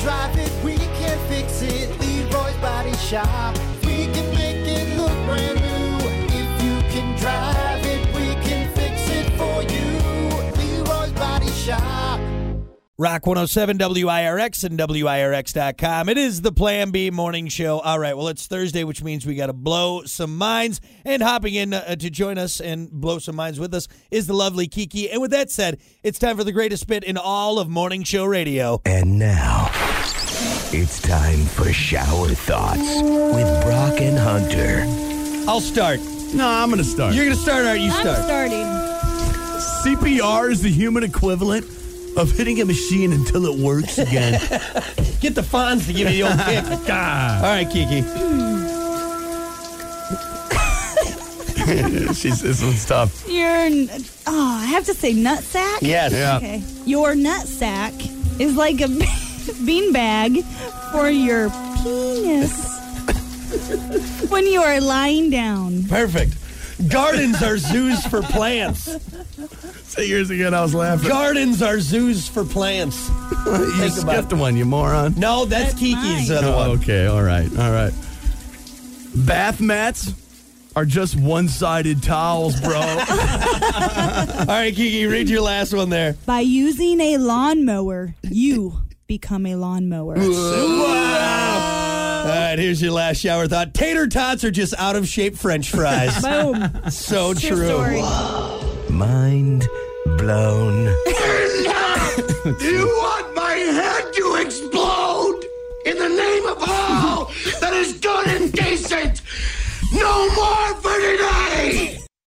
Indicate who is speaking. Speaker 1: drive it, we can fix it. Leroy's Body Shop. We can make it look brand new. If you can drive it, we can fix it for you. Leroy's Body Shop.
Speaker 2: Rock 107 WIRX and WIRX.com. It is the Plan B morning show. All right, well, it's Thursday, which means we got to blow some minds. And hopping in uh, to join us and blow some minds with us is the lovely Kiki. And with that said, it's time for the greatest bit in all of morning show radio.
Speaker 3: And now, it's time for Shower Thoughts with Brock and Hunter.
Speaker 2: I'll start.
Speaker 4: No, I'm going to start.
Speaker 2: You're going to start, or you
Speaker 5: I'm
Speaker 2: start?
Speaker 5: starting.
Speaker 4: CPR is the human equivalent of hitting a machine until it works again.
Speaker 2: Get the Fonz to give you the old kick. All
Speaker 4: God.
Speaker 2: right, Kiki.
Speaker 4: She's, this one's tough.
Speaker 5: Your n- oh, I have to say nutsack.
Speaker 2: Yes.
Speaker 4: Yeah.
Speaker 5: Okay. Your nutsack is like a bean bag for your penis when you are lying down.
Speaker 2: Perfect. Gardens are zoos for plants.
Speaker 4: Say yours again. I was laughing.
Speaker 2: Gardens are zoos for plants.
Speaker 4: you
Speaker 2: think about
Speaker 4: skipped one, you moron.
Speaker 2: No, that's,
Speaker 5: That's
Speaker 2: Kiki's
Speaker 5: mine.
Speaker 2: other one.
Speaker 4: Oh, okay, all right, all right. Bath mats are just one-sided towels, bro.
Speaker 2: All right, Kiki, read your last one there.
Speaker 5: By using a lawnmower, you become a lawnmower.
Speaker 2: All right, here's your last shower thought. Tater tots are just out of shape French fries.
Speaker 5: Boom.
Speaker 2: so
Speaker 5: True
Speaker 2: Oh, true.
Speaker 5: story.
Speaker 3: Mind blown.
Speaker 6: You want my head to explode in the name of all that is good and decent. No more for today.